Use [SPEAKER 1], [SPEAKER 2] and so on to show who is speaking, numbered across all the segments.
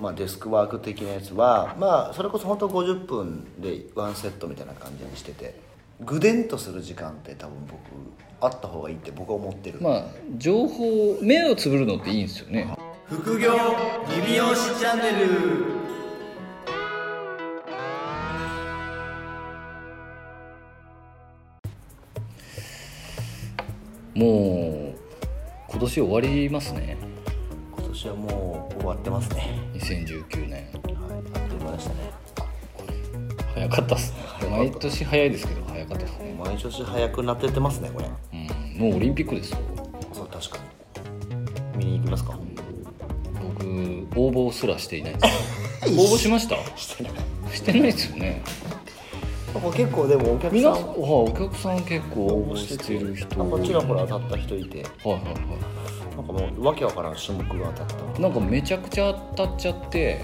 [SPEAKER 1] まあ、デスクワーク的なやつは、まあ、それこそ本当50分でワンセットみたいな感じにしててぐでんとする時間って多分僕あった方がいいって僕は思ってる、
[SPEAKER 2] まあ情報目をつぶるのっていいんですよね
[SPEAKER 1] 副業リビオシチャンネル
[SPEAKER 2] もう今年終わりますね
[SPEAKER 1] 今年はもう終わってますね、
[SPEAKER 2] 2019年
[SPEAKER 1] はい、あっという間でしたね
[SPEAKER 2] 早かったっすね毎年早いですけど早かったですね、
[SPEAKER 1] 毎年早くなってってますねこれ
[SPEAKER 2] うん、もうオリンピックですよ
[SPEAKER 1] そう確かに見に行きますか
[SPEAKER 2] 僕応募すらしていないです 応募しました
[SPEAKER 1] してない
[SPEAKER 2] してないですよね
[SPEAKER 1] 結構でもお客さ
[SPEAKER 2] 皆
[SPEAKER 1] ん
[SPEAKER 2] さんあお客さん結構応募してる人
[SPEAKER 1] なん
[SPEAKER 2] は
[SPEAKER 1] か
[SPEAKER 2] い
[SPEAKER 1] ちらほら当たった人いて
[SPEAKER 2] はいは
[SPEAKER 1] なんかもうわけわからん種目が当たった
[SPEAKER 2] いなんかめちゃくちゃ当たっちゃって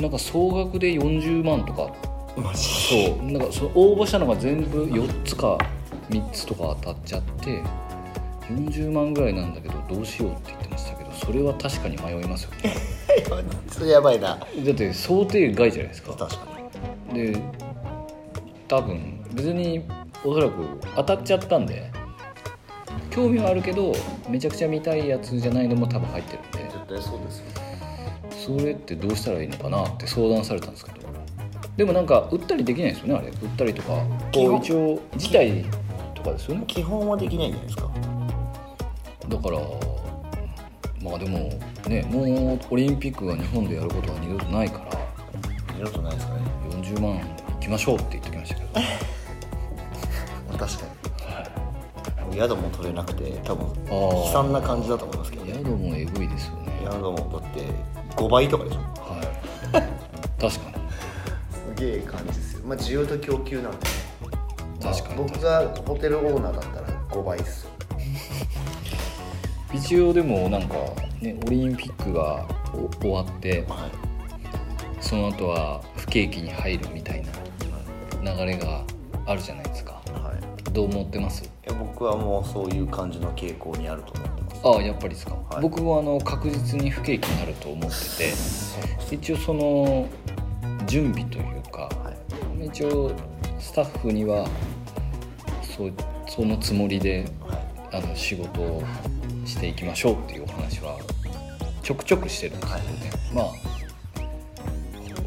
[SPEAKER 2] なんか総額で40万とか
[SPEAKER 1] マジ
[SPEAKER 2] そうなんかその応募したのが全部4つか3つとか当たっちゃって40万ぐらいなんだけどどうしようって言ってましたけどそれは確かに迷いますよね
[SPEAKER 1] それやばいな
[SPEAKER 2] だって想定外じゃないです
[SPEAKER 1] 確
[SPEAKER 2] か
[SPEAKER 1] かに
[SPEAKER 2] で多分別におそらく当たっちゃったんで興味はあるけどめちゃくちゃ見たいやつじゃないのも多分入ってるんで
[SPEAKER 1] 絶対そうですよ
[SPEAKER 2] それってどうしたらいいのかなって相談されたんですけどでもなんか売ったりできないですよねあれ売ったりとか
[SPEAKER 1] 基
[SPEAKER 2] こ
[SPEAKER 1] 本
[SPEAKER 2] う一応辞退とかですよね
[SPEAKER 1] 基本はできないんじゃないですか
[SPEAKER 2] だからまあでもねもうオリンピックが日本でやることは二度とないから
[SPEAKER 1] 二度とないですかね
[SPEAKER 2] 40万いきましょうって言ってきましたけど
[SPEAKER 1] 確かに、宿も取れなくて多分
[SPEAKER 2] あー
[SPEAKER 1] 悲惨な感じだと思いますけどね
[SPEAKER 2] 宿もえぐいですよね
[SPEAKER 1] 宿もだって5倍とかでしょ
[SPEAKER 2] はい確か
[SPEAKER 1] すげえ感じですよまあ需要と供給なんで
[SPEAKER 2] まあ確かに僕
[SPEAKER 1] がホテルオーナーだったら5倍です
[SPEAKER 2] に一応でもなんかねオリンピックがお終わって
[SPEAKER 1] はい
[SPEAKER 2] その後は不景気に入るみたいな流れがあるじゃないですか
[SPEAKER 1] はい
[SPEAKER 2] どう思ってます
[SPEAKER 1] いや僕はもうそういう感じの傾向にあると思ってます
[SPEAKER 2] ああやっぱりですか、
[SPEAKER 1] はい
[SPEAKER 2] 僕もあの確実に不景気になると思ってて一応その準備というか
[SPEAKER 1] はい
[SPEAKER 2] 一応スタッフにはそうそのつもりで
[SPEAKER 1] はい
[SPEAKER 2] あの仕事をしていきましょうっていうお話はちょくちょくしてるんですけどね、まあ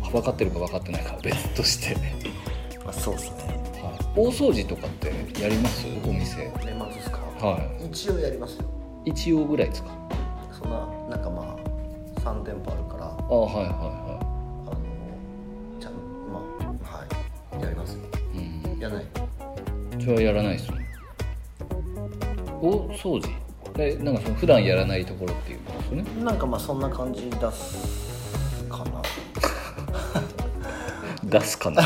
[SPEAKER 2] 分かってるか分かってないかは別と して、はい、
[SPEAKER 1] まあ、そうですね
[SPEAKER 2] 大掃除とかってやりますお店
[SPEAKER 1] 年末ですか
[SPEAKER 2] は
[SPEAKER 1] 一応やりますよ
[SPEAKER 2] い一応ぐらいですか
[SPEAKER 1] そんななんかまあ3店舗あるからあ
[SPEAKER 2] ああはいはいは
[SPEAKER 1] のちゃんまあはいやりますよ
[SPEAKER 2] いうん
[SPEAKER 1] やらない
[SPEAKER 2] それはやらないですねお掃除でなんかその普段やらないところっていうことですよね
[SPEAKER 1] なんかまあそんな感じ出すかな
[SPEAKER 2] 出す かな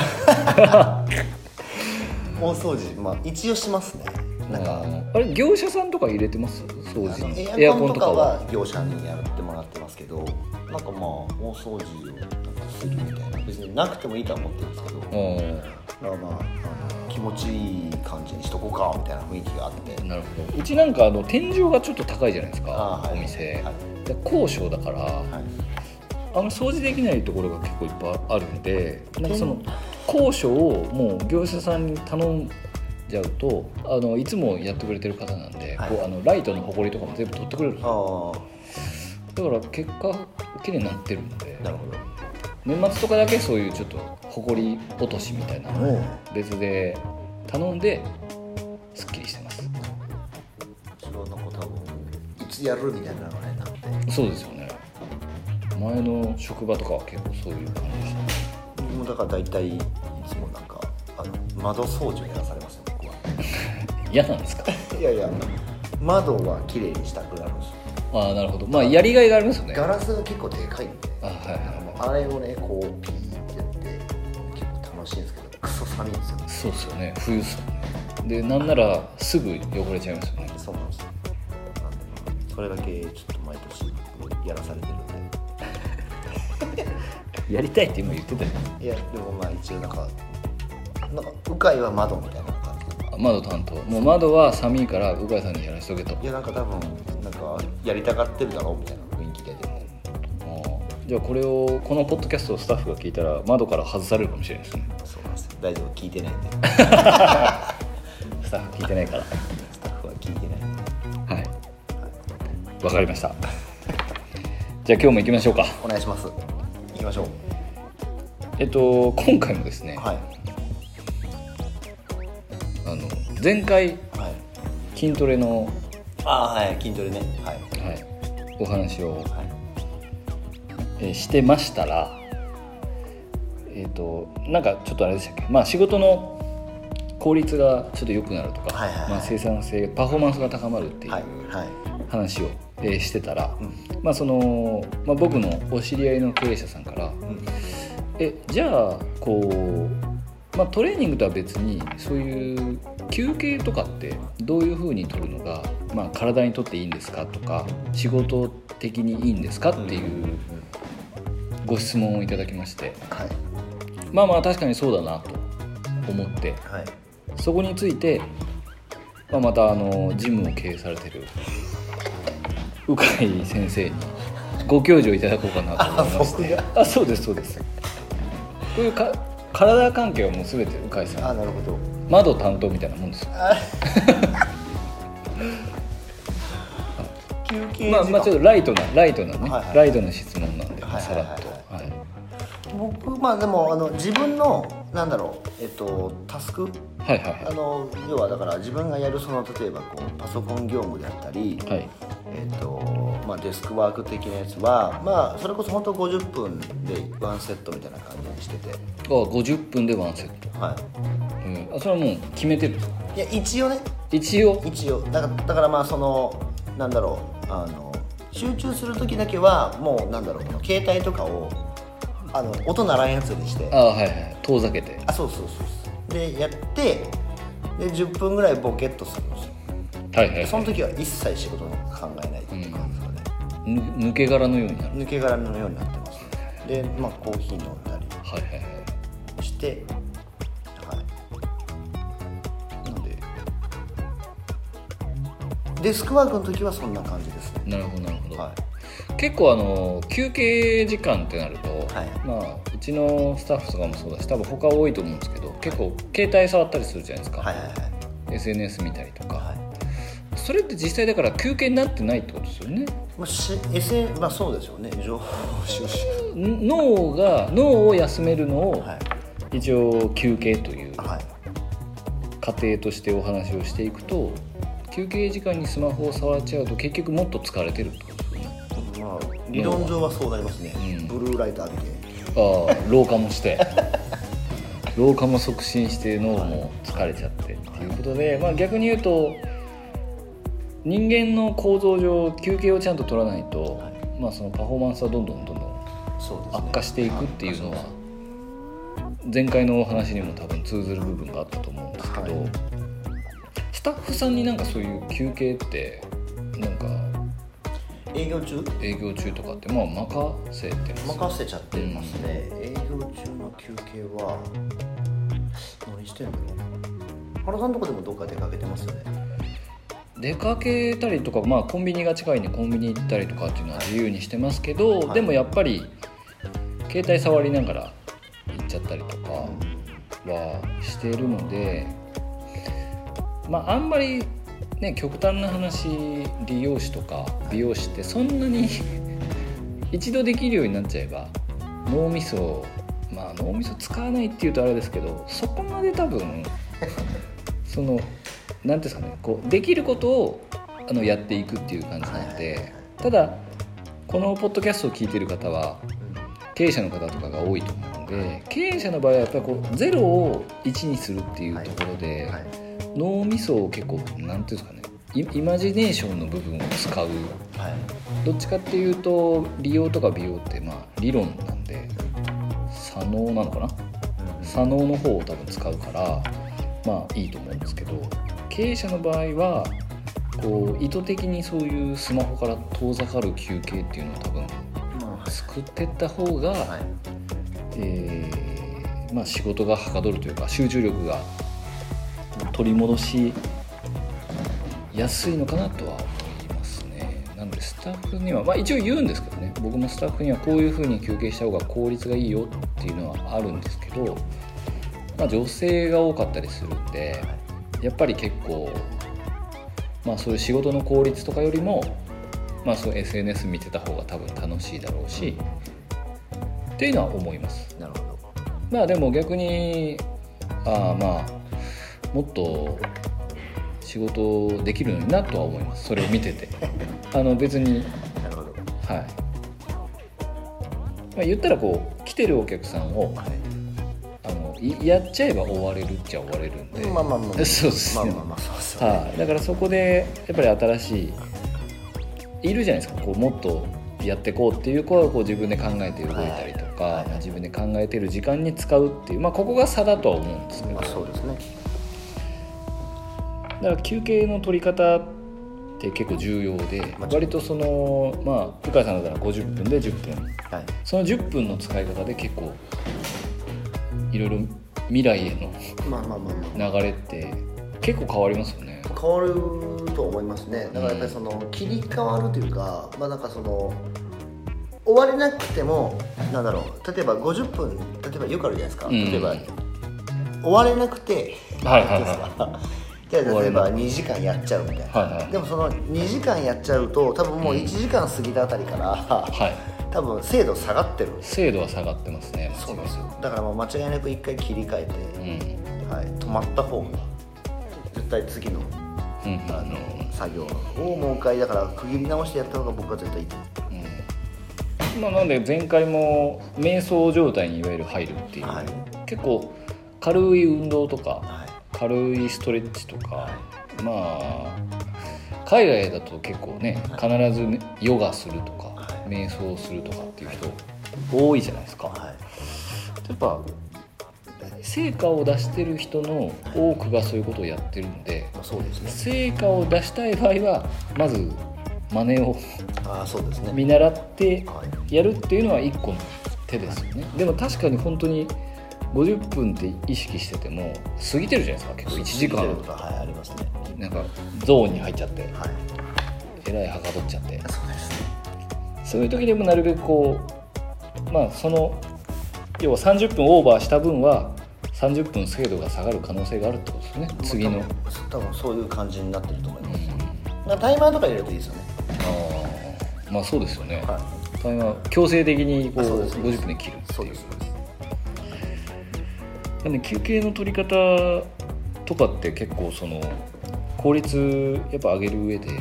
[SPEAKER 1] 大掃除まあ一応しますねなんか
[SPEAKER 2] あれ業者さんとか入れてます掃除に
[SPEAKER 1] エアコンとかは業者にやってもらってますけどなんかまあ大掃除をなんかするみたいな別になくてもいいとは思ってるんですけど
[SPEAKER 2] ああ
[SPEAKER 1] だからまああの気持ちいい感じにしとこうかみたいな雰囲気があって
[SPEAKER 2] なるほどうちなんかあの天井がちょっと高いじゃないです
[SPEAKER 1] あ
[SPEAKER 2] か
[SPEAKER 1] ーはい
[SPEAKER 2] お店、
[SPEAKER 1] はい
[SPEAKER 2] で高所だから、
[SPEAKER 1] はい
[SPEAKER 2] あんま掃除できないところが結構いっぱいあるんでなんかその高所をもう業者さんに頼んじゃうとあのいつもやってくれてる方なんで、
[SPEAKER 1] はい
[SPEAKER 2] こうあのライトの埃とかも全部取ってくれるんですよ
[SPEAKER 1] あ
[SPEAKER 2] だから結果綺麗になってるんで
[SPEAKER 1] あなるほど
[SPEAKER 2] 年末とかだけそういうちょっと埃落としみたいなのを別で頼んですっきりしてます
[SPEAKER 1] それはなんか多分いつやるみたいなのがねなくて
[SPEAKER 2] そうですよね前の職場とかは結構そういう感じでし
[SPEAKER 1] もうだから大体いつもなんかあの窓掃除をやらされますよ僕は
[SPEAKER 2] た嫌なんですか
[SPEAKER 1] いやいや窓は綺麗にしたくなるんです よ
[SPEAKER 2] ああなるほどまあやりがいがありますよね
[SPEAKER 1] ガラスが結構でかいんで
[SPEAKER 2] あはいはい
[SPEAKER 1] もうあれをねこうピーってやって結構楽しいんですけどクソ寒いんですよ
[SPEAKER 2] そうですよね冬っすよねでなんならすぐ汚れちゃいますよね
[SPEAKER 1] そうなんですよなんでまあそれだけちょっと毎年僕やらされてるんで
[SPEAKER 2] やりたいって今言ってたよね
[SPEAKER 1] いやでもまあ一応なんかなんか鵜飼は窓みたいな感じとか
[SPEAKER 2] あ窓担当もう窓は寒いから鵜飼さんにやらせておけと
[SPEAKER 1] いやなんか多分なんかやりたがってるだろうみたいな雰囲気ででも
[SPEAKER 2] あーじゃあこれをこのポッドキャストをスタッフが聞いたら窓から外されるかもしれないですね
[SPEAKER 1] そうなんですよ大丈夫聞いてないんで
[SPEAKER 2] スタッフ聞いてない から
[SPEAKER 1] スタッフは聞いてないんで
[SPEAKER 2] はいわかりましたじゃあ今日も行きましょうか
[SPEAKER 1] お願いします行きましょう
[SPEAKER 2] えっと今回もですね、
[SPEAKER 1] はい
[SPEAKER 2] あの前回
[SPEAKER 1] はい
[SPEAKER 2] 筋トレの、
[SPEAKER 1] ああはい筋トレねはい
[SPEAKER 2] はい、お話を、
[SPEAKER 1] はい
[SPEAKER 2] えーしてましたらえっ、となんかちょっとあれでしたっけまあ仕事の効率がちょっと良くなるとか、
[SPEAKER 1] はいはいはい
[SPEAKER 2] まあ、生産性パフォーマンスが高まるっていう
[SPEAKER 1] はいはい
[SPEAKER 2] 話を、えーしてたら、
[SPEAKER 1] うん
[SPEAKER 2] まあそのまあ、僕のお知り合いの経営者さんから
[SPEAKER 1] うん
[SPEAKER 2] えじゃあこう、まあ、トレーニングとは別にそういう休憩とかってどういうふうに取るのが、まあ、体にとっていいんですかとか仕事的にいいんですかっていうご質問をいただきまして
[SPEAKER 1] はい
[SPEAKER 2] まあまあ確かにそうだなと思って
[SPEAKER 1] はい
[SPEAKER 2] そこについて、まあ、またあのジムを経営されてる鵜飼先生にご教授をいただこうかなと思いまして
[SPEAKER 1] あ
[SPEAKER 2] あそうですそうですこういうか体関係はもう全て鵜飼
[SPEAKER 1] あ
[SPEAKER 2] さ
[SPEAKER 1] あ
[SPEAKER 2] ん
[SPEAKER 1] なるほど
[SPEAKER 2] 窓担当みたいなもんですよ
[SPEAKER 1] 休憩時間、
[SPEAKER 2] まあまあちょっとライトなライトなね、
[SPEAKER 1] はいはい
[SPEAKER 2] ライトな質問なんで、
[SPEAKER 1] はいはいはい
[SPEAKER 2] さらっと、はい
[SPEAKER 1] 僕まあでもあの自分のなんだろうえっとタスク
[SPEAKER 2] はいはい
[SPEAKER 1] あの要はだから自分がやるその例えばこうパソコン業務であったり、
[SPEAKER 2] はいはい
[SPEAKER 1] えっとまあ、デスクワーク的なやつは、まあ、それこそ本当50分でワンセットみたいな感じにしてて、
[SPEAKER 2] あ50分でワンセット、
[SPEAKER 1] は
[SPEAKER 2] うん、あそれはもう決めてるんですか
[SPEAKER 1] い、いや一応ね
[SPEAKER 2] 一応
[SPEAKER 1] 一応だからだからまあそのなんだろうあの集中する時だけはもうなんだろうこの携帯とかをあの音鳴らんやつにして
[SPEAKER 2] あはいはい遠ざけて
[SPEAKER 1] あそうそうそうそうでやってで10分ぐらいボケっとするんですよ
[SPEAKER 2] はいはい、
[SPEAKER 1] でそ
[SPEAKER 2] は
[SPEAKER 1] の時は一切仕事の考えないっていう感じですよね、
[SPEAKER 2] い、ぬ抜け殻のようになる
[SPEAKER 1] 抜け殻のようになってますねでまあコーヒー飲んだり
[SPEAKER 2] はいはいはい
[SPEAKER 1] してはいなのでデスクワークの時はそんな感じですね
[SPEAKER 2] なるほどなるほど、
[SPEAKER 1] は
[SPEAKER 2] 結構あの休憩時間ってなると、
[SPEAKER 1] はい
[SPEAKER 2] まあうちのスタッフとかもそうだし多分他多いと思うんですけど結構携帯触ったりするじゃないですか、
[SPEAKER 1] いはいはい
[SPEAKER 2] SNS 見たりとか、
[SPEAKER 1] はいはい
[SPEAKER 2] それって実際だから休憩になってないってことですよね
[SPEAKER 1] まあ、し SN まあそうですよね情報収集
[SPEAKER 2] ん脳が脳を休めるのを
[SPEAKER 1] はい
[SPEAKER 2] 一応休憩という
[SPEAKER 1] はい
[SPEAKER 2] 過程としてお話をしていくと休憩時間にスマホを触っちゃうと結局もっと疲れてるってことですよね
[SPEAKER 1] まあ理論上はそうなりますね、
[SPEAKER 2] うん
[SPEAKER 1] ブルーライト浴びて
[SPEAKER 2] ああ老化もして老化も促進して脳も疲れちゃってっていうことで、まあ、逆に言うと人間の構造上休憩をちゃんと取らないと、
[SPEAKER 1] はい
[SPEAKER 2] まあ、そのパフォーマンスはどんどんどんどん
[SPEAKER 1] そうですね
[SPEAKER 2] 悪化していくっていうのは
[SPEAKER 1] あ
[SPEAKER 2] 前回のお話にも多分通ずる部分があったと思うんですけど、
[SPEAKER 1] はい
[SPEAKER 2] スタッフさんになんかそういう休憩ってなんか
[SPEAKER 1] そうそう営業中
[SPEAKER 2] 営業中とかってまあ任せてます
[SPEAKER 1] 任せちゃってますね、営業中の休憩は何してんの原さんとこでもどっか出かけてますよね
[SPEAKER 2] 出かけたりとか、まあ、コンビニが近いんでコンビニ行ったりとかっていうのは自由にしてますけど、
[SPEAKER 1] はい
[SPEAKER 2] でもやっぱり携帯触りながら行っちゃったりとかはしてるので、まあ、あんまり、ね、極端な話理容師とか美容師ってそんなに 一度できるようになっちゃえば脳みそをまあ脳みそ使わないっていうとあれですけどそこまで多分 その何ていうんですかねこうできることをあのやっていくっていう感じなので、ただこのポッドキャストを聞いてる方は経営者の方とかが多いと思うので経営者の場合はやっぱりこうゼロを1にするっていうところで、
[SPEAKER 1] はい
[SPEAKER 2] 脳みそを結構何ていうんですかねイイマジネーションの部分を使う
[SPEAKER 1] はい
[SPEAKER 2] どっちかっていうと利用とか美容ってまあ理論なんで左脳なのかな左脳の方を多分使うからまあいいと思うんですけど経営者の場合はこう意図的にそういうスマホから遠ざかる休憩っていうのを多分
[SPEAKER 1] ま
[SPEAKER 2] 作ってった方が、
[SPEAKER 1] あはい
[SPEAKER 2] えーまあ、仕事がはかどるというか集中力が取り戻しやすいのかなとは思いますねなのでスタッフには、まあ、一応言うんですけどね僕もスタッフにはこういうふうに休憩した方が効率がいいよっていうのはあるんですけど、まあ、女性が多かったりするんでやっぱり結構、まあ、そういう仕事の効率とかよりも、まあ、そう SNS 見てた方が多分楽しいだろうしっていうのは思います。
[SPEAKER 1] なるほ
[SPEAKER 2] まあでも逆にああまあもっと仕事できるのになとは思いますそれを見 ててあの別に
[SPEAKER 1] どなるほど
[SPEAKER 2] はい、まあ、言ったらこう来てるお客さんを
[SPEAKER 1] はい
[SPEAKER 2] あのいやっちゃえば終われるっちゃ終われるんで、
[SPEAKER 1] まあまあまあ
[SPEAKER 2] そうです
[SPEAKER 1] まあ
[SPEAKER 2] ね
[SPEAKER 1] まあまあそうそう
[SPEAKER 2] はい、だからそこでやっぱり新しいいるじゃないですかこうもっとやってこうっていう子はこう自分で考えて動いたりとか、
[SPEAKER 1] はい
[SPEAKER 2] まあ自分で考えてる時間に使うっていう、まあ、ここが差だとは思うんですけど、
[SPEAKER 1] まあそうですね
[SPEAKER 2] だから休憩の取り方って結構重要で
[SPEAKER 1] まあ
[SPEAKER 2] 割とそのまあ深井さんだったら50分で10分
[SPEAKER 1] はい
[SPEAKER 2] その10分の使い方で結構いろいろ未来へ
[SPEAKER 1] まあまあまあまあ
[SPEAKER 2] の流れって結構変わりますよね。
[SPEAKER 1] 変わると思いますねだからやっぱりその切り替わるというかまあなんかその終われなくてもなんだろう例えば50分例えばよくあるじゃないですか、
[SPEAKER 2] うん
[SPEAKER 1] 例えば終われなくて
[SPEAKER 2] はいはいはい
[SPEAKER 1] ですかじゃあ例えば2時間やっちゃうみたいな、
[SPEAKER 2] はいはい
[SPEAKER 1] でもその2時間やっちゃうと多分もう1時間過ぎたあたりから、
[SPEAKER 2] はい、
[SPEAKER 1] 多分精度下がってる
[SPEAKER 2] 精度は下がってますね。
[SPEAKER 1] そうなんですよだからもう間違いなく1回切り替え
[SPEAKER 2] う
[SPEAKER 1] て、
[SPEAKER 2] ん
[SPEAKER 1] はい、止まった方が絶対次の
[SPEAKER 2] うんうん
[SPEAKER 1] あの作業をもう一回だから区切り直してやった方が僕は絶対いいと思
[SPEAKER 2] うんまあ、なので前回も瞑想状態にいわゆる入るっていう、
[SPEAKER 1] うはい
[SPEAKER 2] 結構軽い運動とか
[SPEAKER 1] はい
[SPEAKER 2] 軽いストレッチとかまあ海外だと結構ね必ずねヨガするとか
[SPEAKER 1] は
[SPEAKER 2] 瞑想するとかっていう人多いじゃないですか。
[SPEAKER 1] はい
[SPEAKER 2] やっぱ成果を出してる人の多くがそういうことをやってるんで
[SPEAKER 1] まあそうですね
[SPEAKER 2] 成果を出したい場合はまず真似を
[SPEAKER 1] ああそうですね
[SPEAKER 2] 見習って
[SPEAKER 1] はい
[SPEAKER 2] やるっていうのは一個の手ですよねでも確かに本当に50分って意識してても過ぎてるじゃないですか結構1時
[SPEAKER 1] 見てると
[SPEAKER 2] 間
[SPEAKER 1] かはいありますね
[SPEAKER 2] なんかゾーンに入っちゃって
[SPEAKER 1] はい
[SPEAKER 2] えらいはかどっちゃっ
[SPEAKER 1] そう
[SPEAKER 2] て
[SPEAKER 1] ですね
[SPEAKER 2] そういう時でもなるべくこうまあその要は30分オーバーした分は30分精度が下がる可能性があるってことですね次の、うん
[SPEAKER 1] まあ多分多分そういう感じになってると思いますなんかタイマーとか入れるといいですよね
[SPEAKER 2] あーまあそうですよね、
[SPEAKER 1] は
[SPEAKER 2] タイマー強制的にこう
[SPEAKER 1] あそうです
[SPEAKER 2] 50分で切るっていう
[SPEAKER 1] いそうですそうです
[SPEAKER 2] なんで休憩の取り方とかって結構その効率やっぱ上げる上で
[SPEAKER 1] はい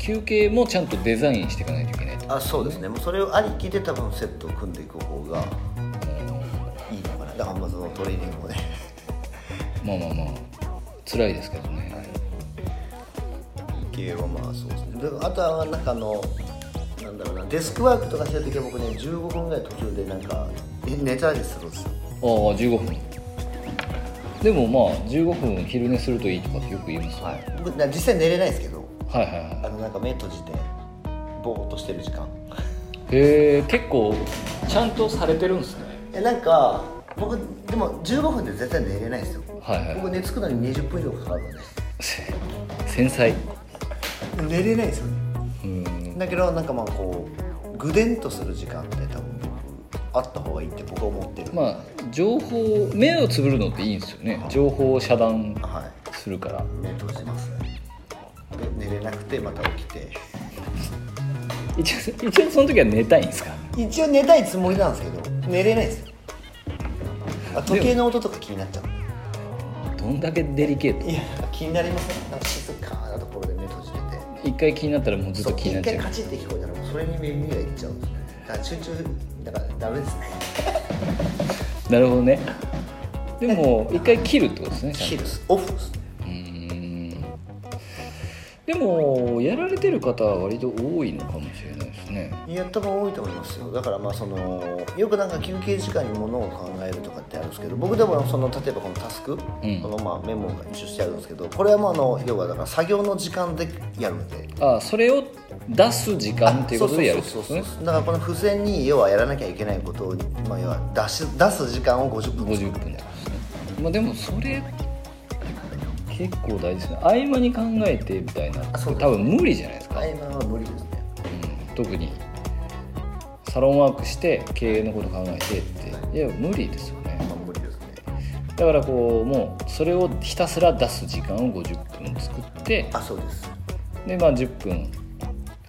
[SPEAKER 2] 休憩もちゃんとデザインしていかないといけないと
[SPEAKER 1] あそうですねもうそれをありきで多分セットを組んでいく方がいいのかなだからまずのトレーニングをね
[SPEAKER 2] まあまあまあ辛いですけどね、
[SPEAKER 1] 系はまあそうですねであとはなんかあのなんだろうなデスクワークとかしてる時は僕ね15分ぐらい途中でなんかえ寝たりするんですよ
[SPEAKER 2] ああ15分でもまあ15分昼寝するといいとかってよく言いますよね
[SPEAKER 1] はい僕な実際寝れないですけど
[SPEAKER 2] はいはい
[SPEAKER 1] あ
[SPEAKER 2] は
[SPEAKER 1] のなんか目閉じてぼーっとしてる時間
[SPEAKER 2] いへえ結構ちゃんとされてるんですね
[SPEAKER 1] えなんか僕でも15分で絶対寝れないんですよ
[SPEAKER 2] はいはい
[SPEAKER 1] 僕寝つくのに20分以上かかるのね
[SPEAKER 2] 繊細
[SPEAKER 1] 寝れないですよね
[SPEAKER 2] うん
[SPEAKER 1] だけどなんかまあこうぐでんとする時間って多分僕あった方がいいって僕は思ってる
[SPEAKER 2] まあ情報目をつぶるのっていいんですよね情報を遮断
[SPEAKER 1] はい
[SPEAKER 2] するから
[SPEAKER 1] 目閉じますで寝れなくてまた起きて
[SPEAKER 2] 一応一応その時は寝たいんですか
[SPEAKER 1] 一応寝たいつもりなんですけど寝れないですよあ時計の音とか気になっちゃう
[SPEAKER 2] どんだけデリケート
[SPEAKER 1] いや気になりませんなんか静かなところで目閉じてて
[SPEAKER 2] 一回気になったらもうずっ
[SPEAKER 1] そ
[SPEAKER 2] と
[SPEAKER 1] う
[SPEAKER 2] 気になっ
[SPEAKER 1] 一
[SPEAKER 2] ち
[SPEAKER 1] 回
[SPEAKER 2] ゃ
[SPEAKER 1] カチッて聞こえたらもうそれに耳がいっちゃうんですねだから集中だからダメですね
[SPEAKER 2] うなるほどねでも一回切るってことですねちゃ
[SPEAKER 1] 切
[SPEAKER 2] ん
[SPEAKER 1] る
[SPEAKER 2] と
[SPEAKER 1] っすオフですね
[SPEAKER 2] うーんでもやられてる方は割と多いのかもしれないですね
[SPEAKER 1] いや多分多いと思いますよだからまあそのよくなんか休憩時間にものを考えるとかってあるんですけど僕でもその例えばこのタスク、
[SPEAKER 2] ん
[SPEAKER 1] このまあメモが一緒してあるんですけどこれはもうあの要はだから作業の時間でやるんで
[SPEAKER 2] あそれを出す時間っていうことでやるってこと
[SPEAKER 1] そう
[SPEAKER 2] です
[SPEAKER 1] そうそうそ
[SPEAKER 2] ね
[SPEAKER 1] うだからこの付箋に要はやらなきゃいけないことを、まあ、要は出し出す時間を50分
[SPEAKER 2] 50分ってことですねまあでもそれ結構大事ですね合間に考えてみたいな
[SPEAKER 1] あそう
[SPEAKER 2] 多分無理じゃないですか
[SPEAKER 1] 合間は無理ですね
[SPEAKER 2] う特にサロンワークして経営のこと考えてっていや無理ですよね
[SPEAKER 1] まあ無理ですね
[SPEAKER 2] だからこうもうそれをひたすら出す時間を50分作って
[SPEAKER 1] あそうです
[SPEAKER 2] でまあ10分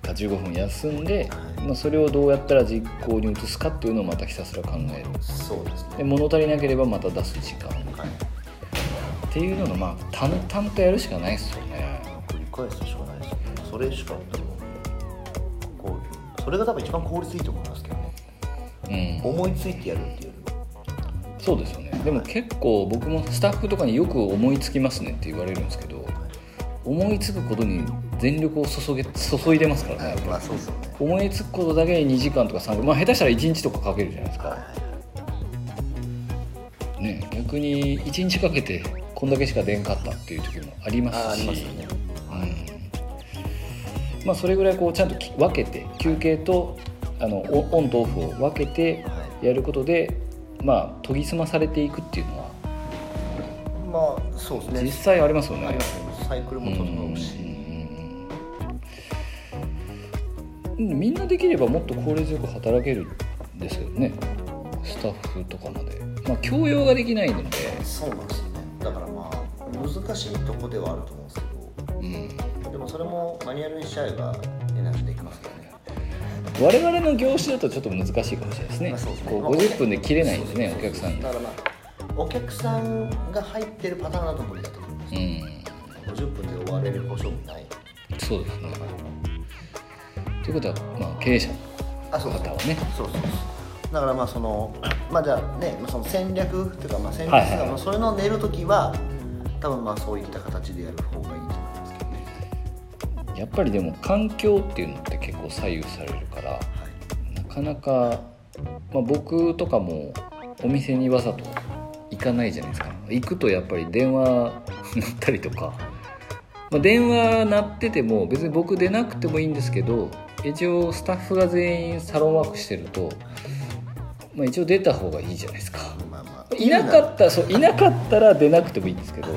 [SPEAKER 2] か15分休んで、
[SPEAKER 1] はい
[SPEAKER 2] まあ、それをどうやったら実行に移すかっていうのをまたひたすら考える
[SPEAKER 1] そうですね
[SPEAKER 2] で物足りなければまた出す時間
[SPEAKER 1] はい
[SPEAKER 2] っていうのがまあ淡々とやるしかないですよね
[SPEAKER 1] 繰り返すしかないですよねそれしか多分こうそれが多分一番効率いいと思いますけどね
[SPEAKER 2] うん
[SPEAKER 1] 思いついてやるっていうよりは
[SPEAKER 2] そうですよねでも結構僕もスタッフとかによく思いつきますねって言われるんですけど思いつくことに全力を注げ注いでますからねやっぱ
[SPEAKER 1] まあそうですよね
[SPEAKER 2] 思いつくことだけに2時間とか3時間まあ下手したら1日とかかけるじゃないです
[SPEAKER 1] はい
[SPEAKER 2] かね逆に1日かけてこんだけしか出んかったっていう時もありま
[SPEAKER 1] ああ
[SPEAKER 2] す
[SPEAKER 1] り
[SPEAKER 2] し
[SPEAKER 1] ますよね
[SPEAKER 2] うんまあそれぐらいこうちゃんとき分けて休憩とあのオオンとオフを分けて
[SPEAKER 1] は
[SPEAKER 2] やることでまあ研ぎ澄まされていくっていうのはい
[SPEAKER 1] まあそうですね
[SPEAKER 2] 実際ありますよね
[SPEAKER 1] ありますよねサイクルも整うし
[SPEAKER 2] うんうんみんなできればもっと効率よく働けるんですけどねスタッフとかまでまあ教養ができないので、
[SPEAKER 1] そうなんですよねだからまあ難しいとこではあると思うんです
[SPEAKER 2] うん、
[SPEAKER 1] けどでもそれもマニュアルにしちゃえばエナジーできますからね
[SPEAKER 2] 我々の業種だとちょっと難しいかもしれないですね,、
[SPEAKER 1] まあそうですね
[SPEAKER 2] こ
[SPEAKER 1] まあ
[SPEAKER 2] う50分で切れないんですねお客さん
[SPEAKER 1] だ
[SPEAKER 2] が
[SPEAKER 1] からまあお客さんが入ってるパターンだと無理だと思います
[SPEAKER 2] うん
[SPEAKER 1] 50分で終われる保証もない
[SPEAKER 2] そうですねということは、まあ、経営者
[SPEAKER 1] あそう
[SPEAKER 2] の
[SPEAKER 1] そう
[SPEAKER 2] 方はね
[SPEAKER 1] そうそうそうだからまあそのまあじゃあねまあその戦略っていうかまあ戦
[SPEAKER 2] はい
[SPEAKER 1] 略
[SPEAKER 2] はい
[SPEAKER 1] がまあそれの練るときは多分まあそういった形でやる方がいいと思いますけどね
[SPEAKER 2] やっぱりでも環境っていうのって結構左右されるから
[SPEAKER 1] はい
[SPEAKER 2] なかなか、まあ、僕とかもお店にわざと行かないじゃないですか行くとやっぱり電話鳴ったりとか、まあ、電話鳴ってても別に僕出なくてもいいんですけど一応スタッフが全員サロンワークしてると、まあ、一応出た方がいいじゃないですか
[SPEAKER 1] まあまあ
[SPEAKER 2] いなかったそういなかったら出なくてもいいんですけど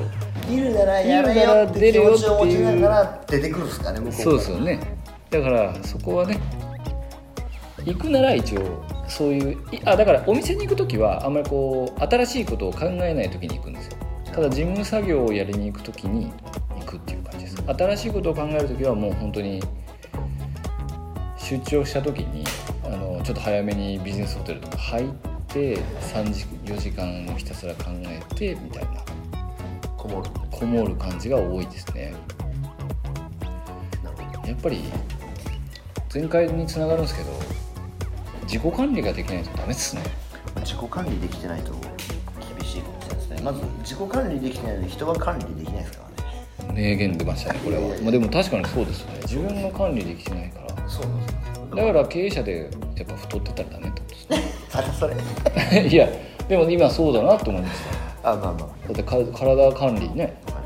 [SPEAKER 1] いるならやれよって気持ちを持ちながら出てくるんですかね向こう
[SPEAKER 2] そうです
[SPEAKER 1] す
[SPEAKER 2] よねだからそこはね行くなら一応そういういあだからお店に行く時はあんまりこう新しいことを考えない時に行くんですよただ事務作業をやりに行く時に行くっていう感じです新しいことを考える時はもう本当に出張した時にあのちょっと早めにビジネスホテルとか入って3時4時間をひたすら考えてみたいな
[SPEAKER 1] こもる
[SPEAKER 2] こもる感じが多いですね
[SPEAKER 1] なるほど
[SPEAKER 2] やっぱり全開につながるんですけど自己管理ができないとダメですね
[SPEAKER 1] 自己管理できてないと厳しいかもしれないですねまず自己管理できてないのに人は管理できないですからね
[SPEAKER 2] 名言出ましたねこれは、まあ、でも確かにそうですよね自分の管理できてないから
[SPEAKER 1] そうなんですよ
[SPEAKER 2] だから経営者でやっぱ太ってたらダメってことです
[SPEAKER 1] またそれ
[SPEAKER 2] ね いやでも今そうだなと思いました
[SPEAKER 1] あまあまあま
[SPEAKER 2] だってか体管理ね
[SPEAKER 1] あ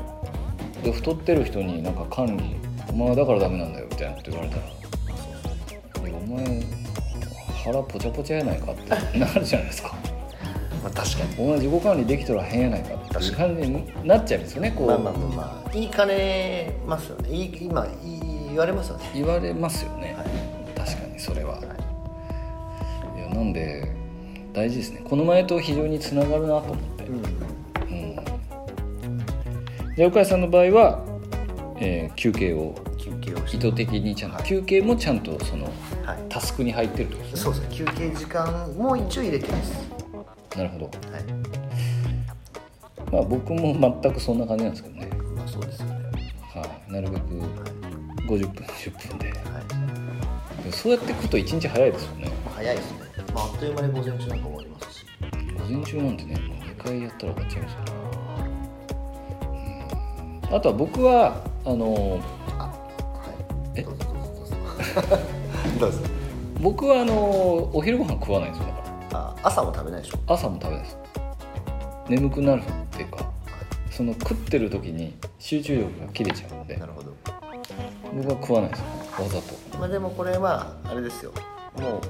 [SPEAKER 2] で太ってる人になんか管理お前はだからダメなんだよみたいなこと言われたらいやお前腹ポチャポチャやないかってなるじゃないですか
[SPEAKER 1] まあ確かに
[SPEAKER 2] お前自己管理できとらへんやないかっていう感じになっちゃうんですよねこう、
[SPEAKER 1] まあまあまあまあ言いかねますよね言い今言い言われますよね
[SPEAKER 2] 言われますよね、
[SPEAKER 1] はい
[SPEAKER 2] 確かにそれは、い、やなんで大事ですねこの前と非常につながるなと思って、
[SPEAKER 1] うん
[SPEAKER 2] うんで岡谷さんの場合は、えー休憩を
[SPEAKER 1] 休憩をし
[SPEAKER 2] 意
[SPEAKER 1] て
[SPEAKER 2] 図的にちゃんと、
[SPEAKER 1] はい
[SPEAKER 2] 休憩もちゃんとその
[SPEAKER 1] はい
[SPEAKER 2] タスクに入ってるってことですね
[SPEAKER 1] そうですね休憩時間も一応入れてます
[SPEAKER 2] なるほど
[SPEAKER 1] はい
[SPEAKER 2] まあ僕も全くそんな感じなんですけどね
[SPEAKER 1] まあそうですよね
[SPEAKER 2] はいなるべく
[SPEAKER 1] は
[SPEAKER 2] 50分10分で
[SPEAKER 1] いはい
[SPEAKER 2] でもそうやっていくと1日早いですよね
[SPEAKER 1] 早いですね、まあ、あっという間に午前中なんか終わりますし
[SPEAKER 2] 午前中なんてねもう2回やったら終わっちゃいますようんあとは僕はあの
[SPEAKER 1] あはいどうぞどうぞどうぞどうぞ
[SPEAKER 2] 僕はあのお昼ご飯食わないんですよだから
[SPEAKER 1] あ朝も食べないでしょ
[SPEAKER 2] 朝も食べないです眠くなるっていうかその食ってる時に集中力が切れちゃうので
[SPEAKER 1] なるほど
[SPEAKER 2] 僕は食わないですよわざと
[SPEAKER 1] まあでもこれはあれですよもう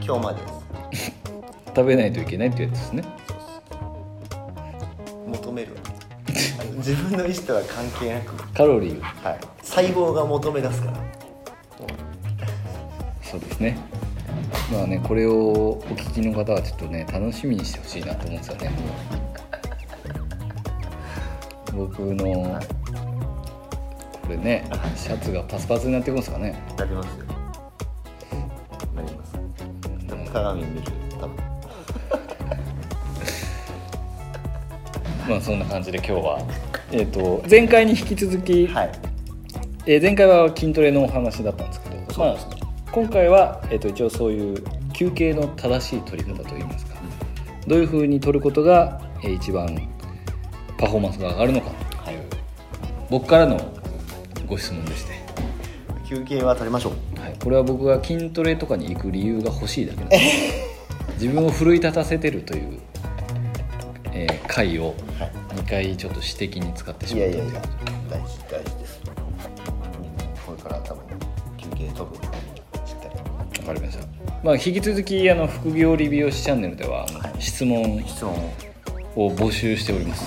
[SPEAKER 1] 今日までです
[SPEAKER 2] 食べないといけないっていうやつですね
[SPEAKER 1] そうです求 めるあの自分の意思とは関係なく
[SPEAKER 2] カロリーを
[SPEAKER 1] はい細胞が求め出すから
[SPEAKER 2] そうですねまあねこれをお聞きの方はちょっとね楽しみにしてほしいなと思うんですよね僕のこれねシャツがパスパツになってくるんですかね
[SPEAKER 1] なりますよなります
[SPEAKER 2] うん
[SPEAKER 1] 鏡見る多分
[SPEAKER 2] まあそんな感じで今日はえっ、と前回に引き続き、
[SPEAKER 1] はい
[SPEAKER 2] えー前回は筋トレのお話だったんですけど、
[SPEAKER 1] そ
[SPEAKER 2] ま
[SPEAKER 1] う
[SPEAKER 2] あ
[SPEAKER 1] ですね、
[SPEAKER 2] 今回は、えー、と一応そういう休憩の正しい取り方といいますか、どういうふうに取ることが、えー一番パフォーマンスが上がるのかという、僕からのご質問でして、
[SPEAKER 1] 休憩は取りましょう
[SPEAKER 2] はい、これは僕が筋トレとかに行く理由が欲しいだけなん です自分を奮い立たせてるという、えー回を
[SPEAKER 1] はい
[SPEAKER 2] 2回ちょっと私的に使ってし
[SPEAKER 1] い
[SPEAKER 2] ま
[SPEAKER 1] や
[SPEAKER 2] っ
[SPEAKER 1] い
[SPEAKER 2] た
[SPEAKER 1] や
[SPEAKER 2] ん
[SPEAKER 1] い
[SPEAKER 2] で
[SPEAKER 1] や大事大事ですこれから多分休憩取るしっかり
[SPEAKER 2] わかりました、まあ、引き続きあの副業理美容師チャンネルではあの質問
[SPEAKER 1] 質問を
[SPEAKER 2] を募集しております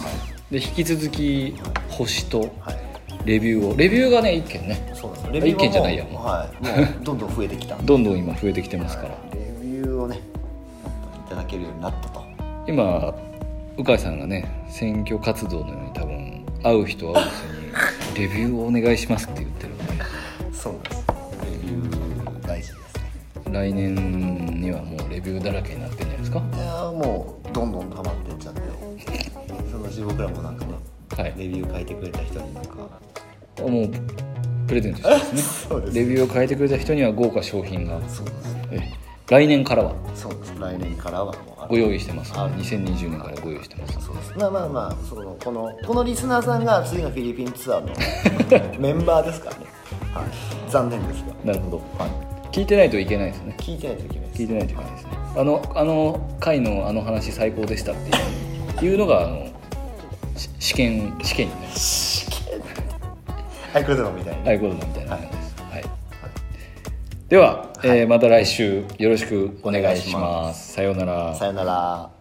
[SPEAKER 2] で引き続き星と
[SPEAKER 1] はい
[SPEAKER 2] レビューをレビューがね1件ね
[SPEAKER 1] そうなんですよ
[SPEAKER 2] 意見じゃないや
[SPEAKER 1] も
[SPEAKER 2] もう
[SPEAKER 1] はいもうどんどん増えてきたんで
[SPEAKER 2] どんどん今増えてきてますから
[SPEAKER 1] レビューをねいただけるようになったと
[SPEAKER 2] 今鵜飼さんがね選挙活動のように多分会う人会う人に「レビューをお願いします」って言ってるんで
[SPEAKER 1] そうなんですレビュー大事ですね
[SPEAKER 2] 来年にはもうレビューだらけになってんじゃないですか
[SPEAKER 1] いやーもうどんどん溜まってっちゃってそのうち僕らもなんかね、
[SPEAKER 2] はい
[SPEAKER 1] レビュー書いてくれた人になんか
[SPEAKER 2] あもうプレゼントしてます ね
[SPEAKER 1] そうです
[SPEAKER 2] レビューを変えてくれた人には豪華商品が
[SPEAKER 1] そうです
[SPEAKER 2] え来年からは
[SPEAKER 1] そうです来年からはもうある
[SPEAKER 2] ご用意してますので2020年からご用意してます
[SPEAKER 1] そうですまあまあまあそのこのこのリスナーさんが次のフィリピンツアー のメンバーですからね、はい、残念です
[SPEAKER 2] なるほど
[SPEAKER 1] が、は
[SPEAKER 2] 聞いてないといけないですね
[SPEAKER 1] い、聞いてないといけないです
[SPEAKER 2] 聞いてないといけないですねあのあの回のあの話最高でしたっていういうのがあのし試験試験になる
[SPEAKER 1] はいこれでもみたいな、
[SPEAKER 2] ああいうことだみたいな感じです、はいでは、えーまた来週よろしくお願いしますさようなら
[SPEAKER 1] さよなら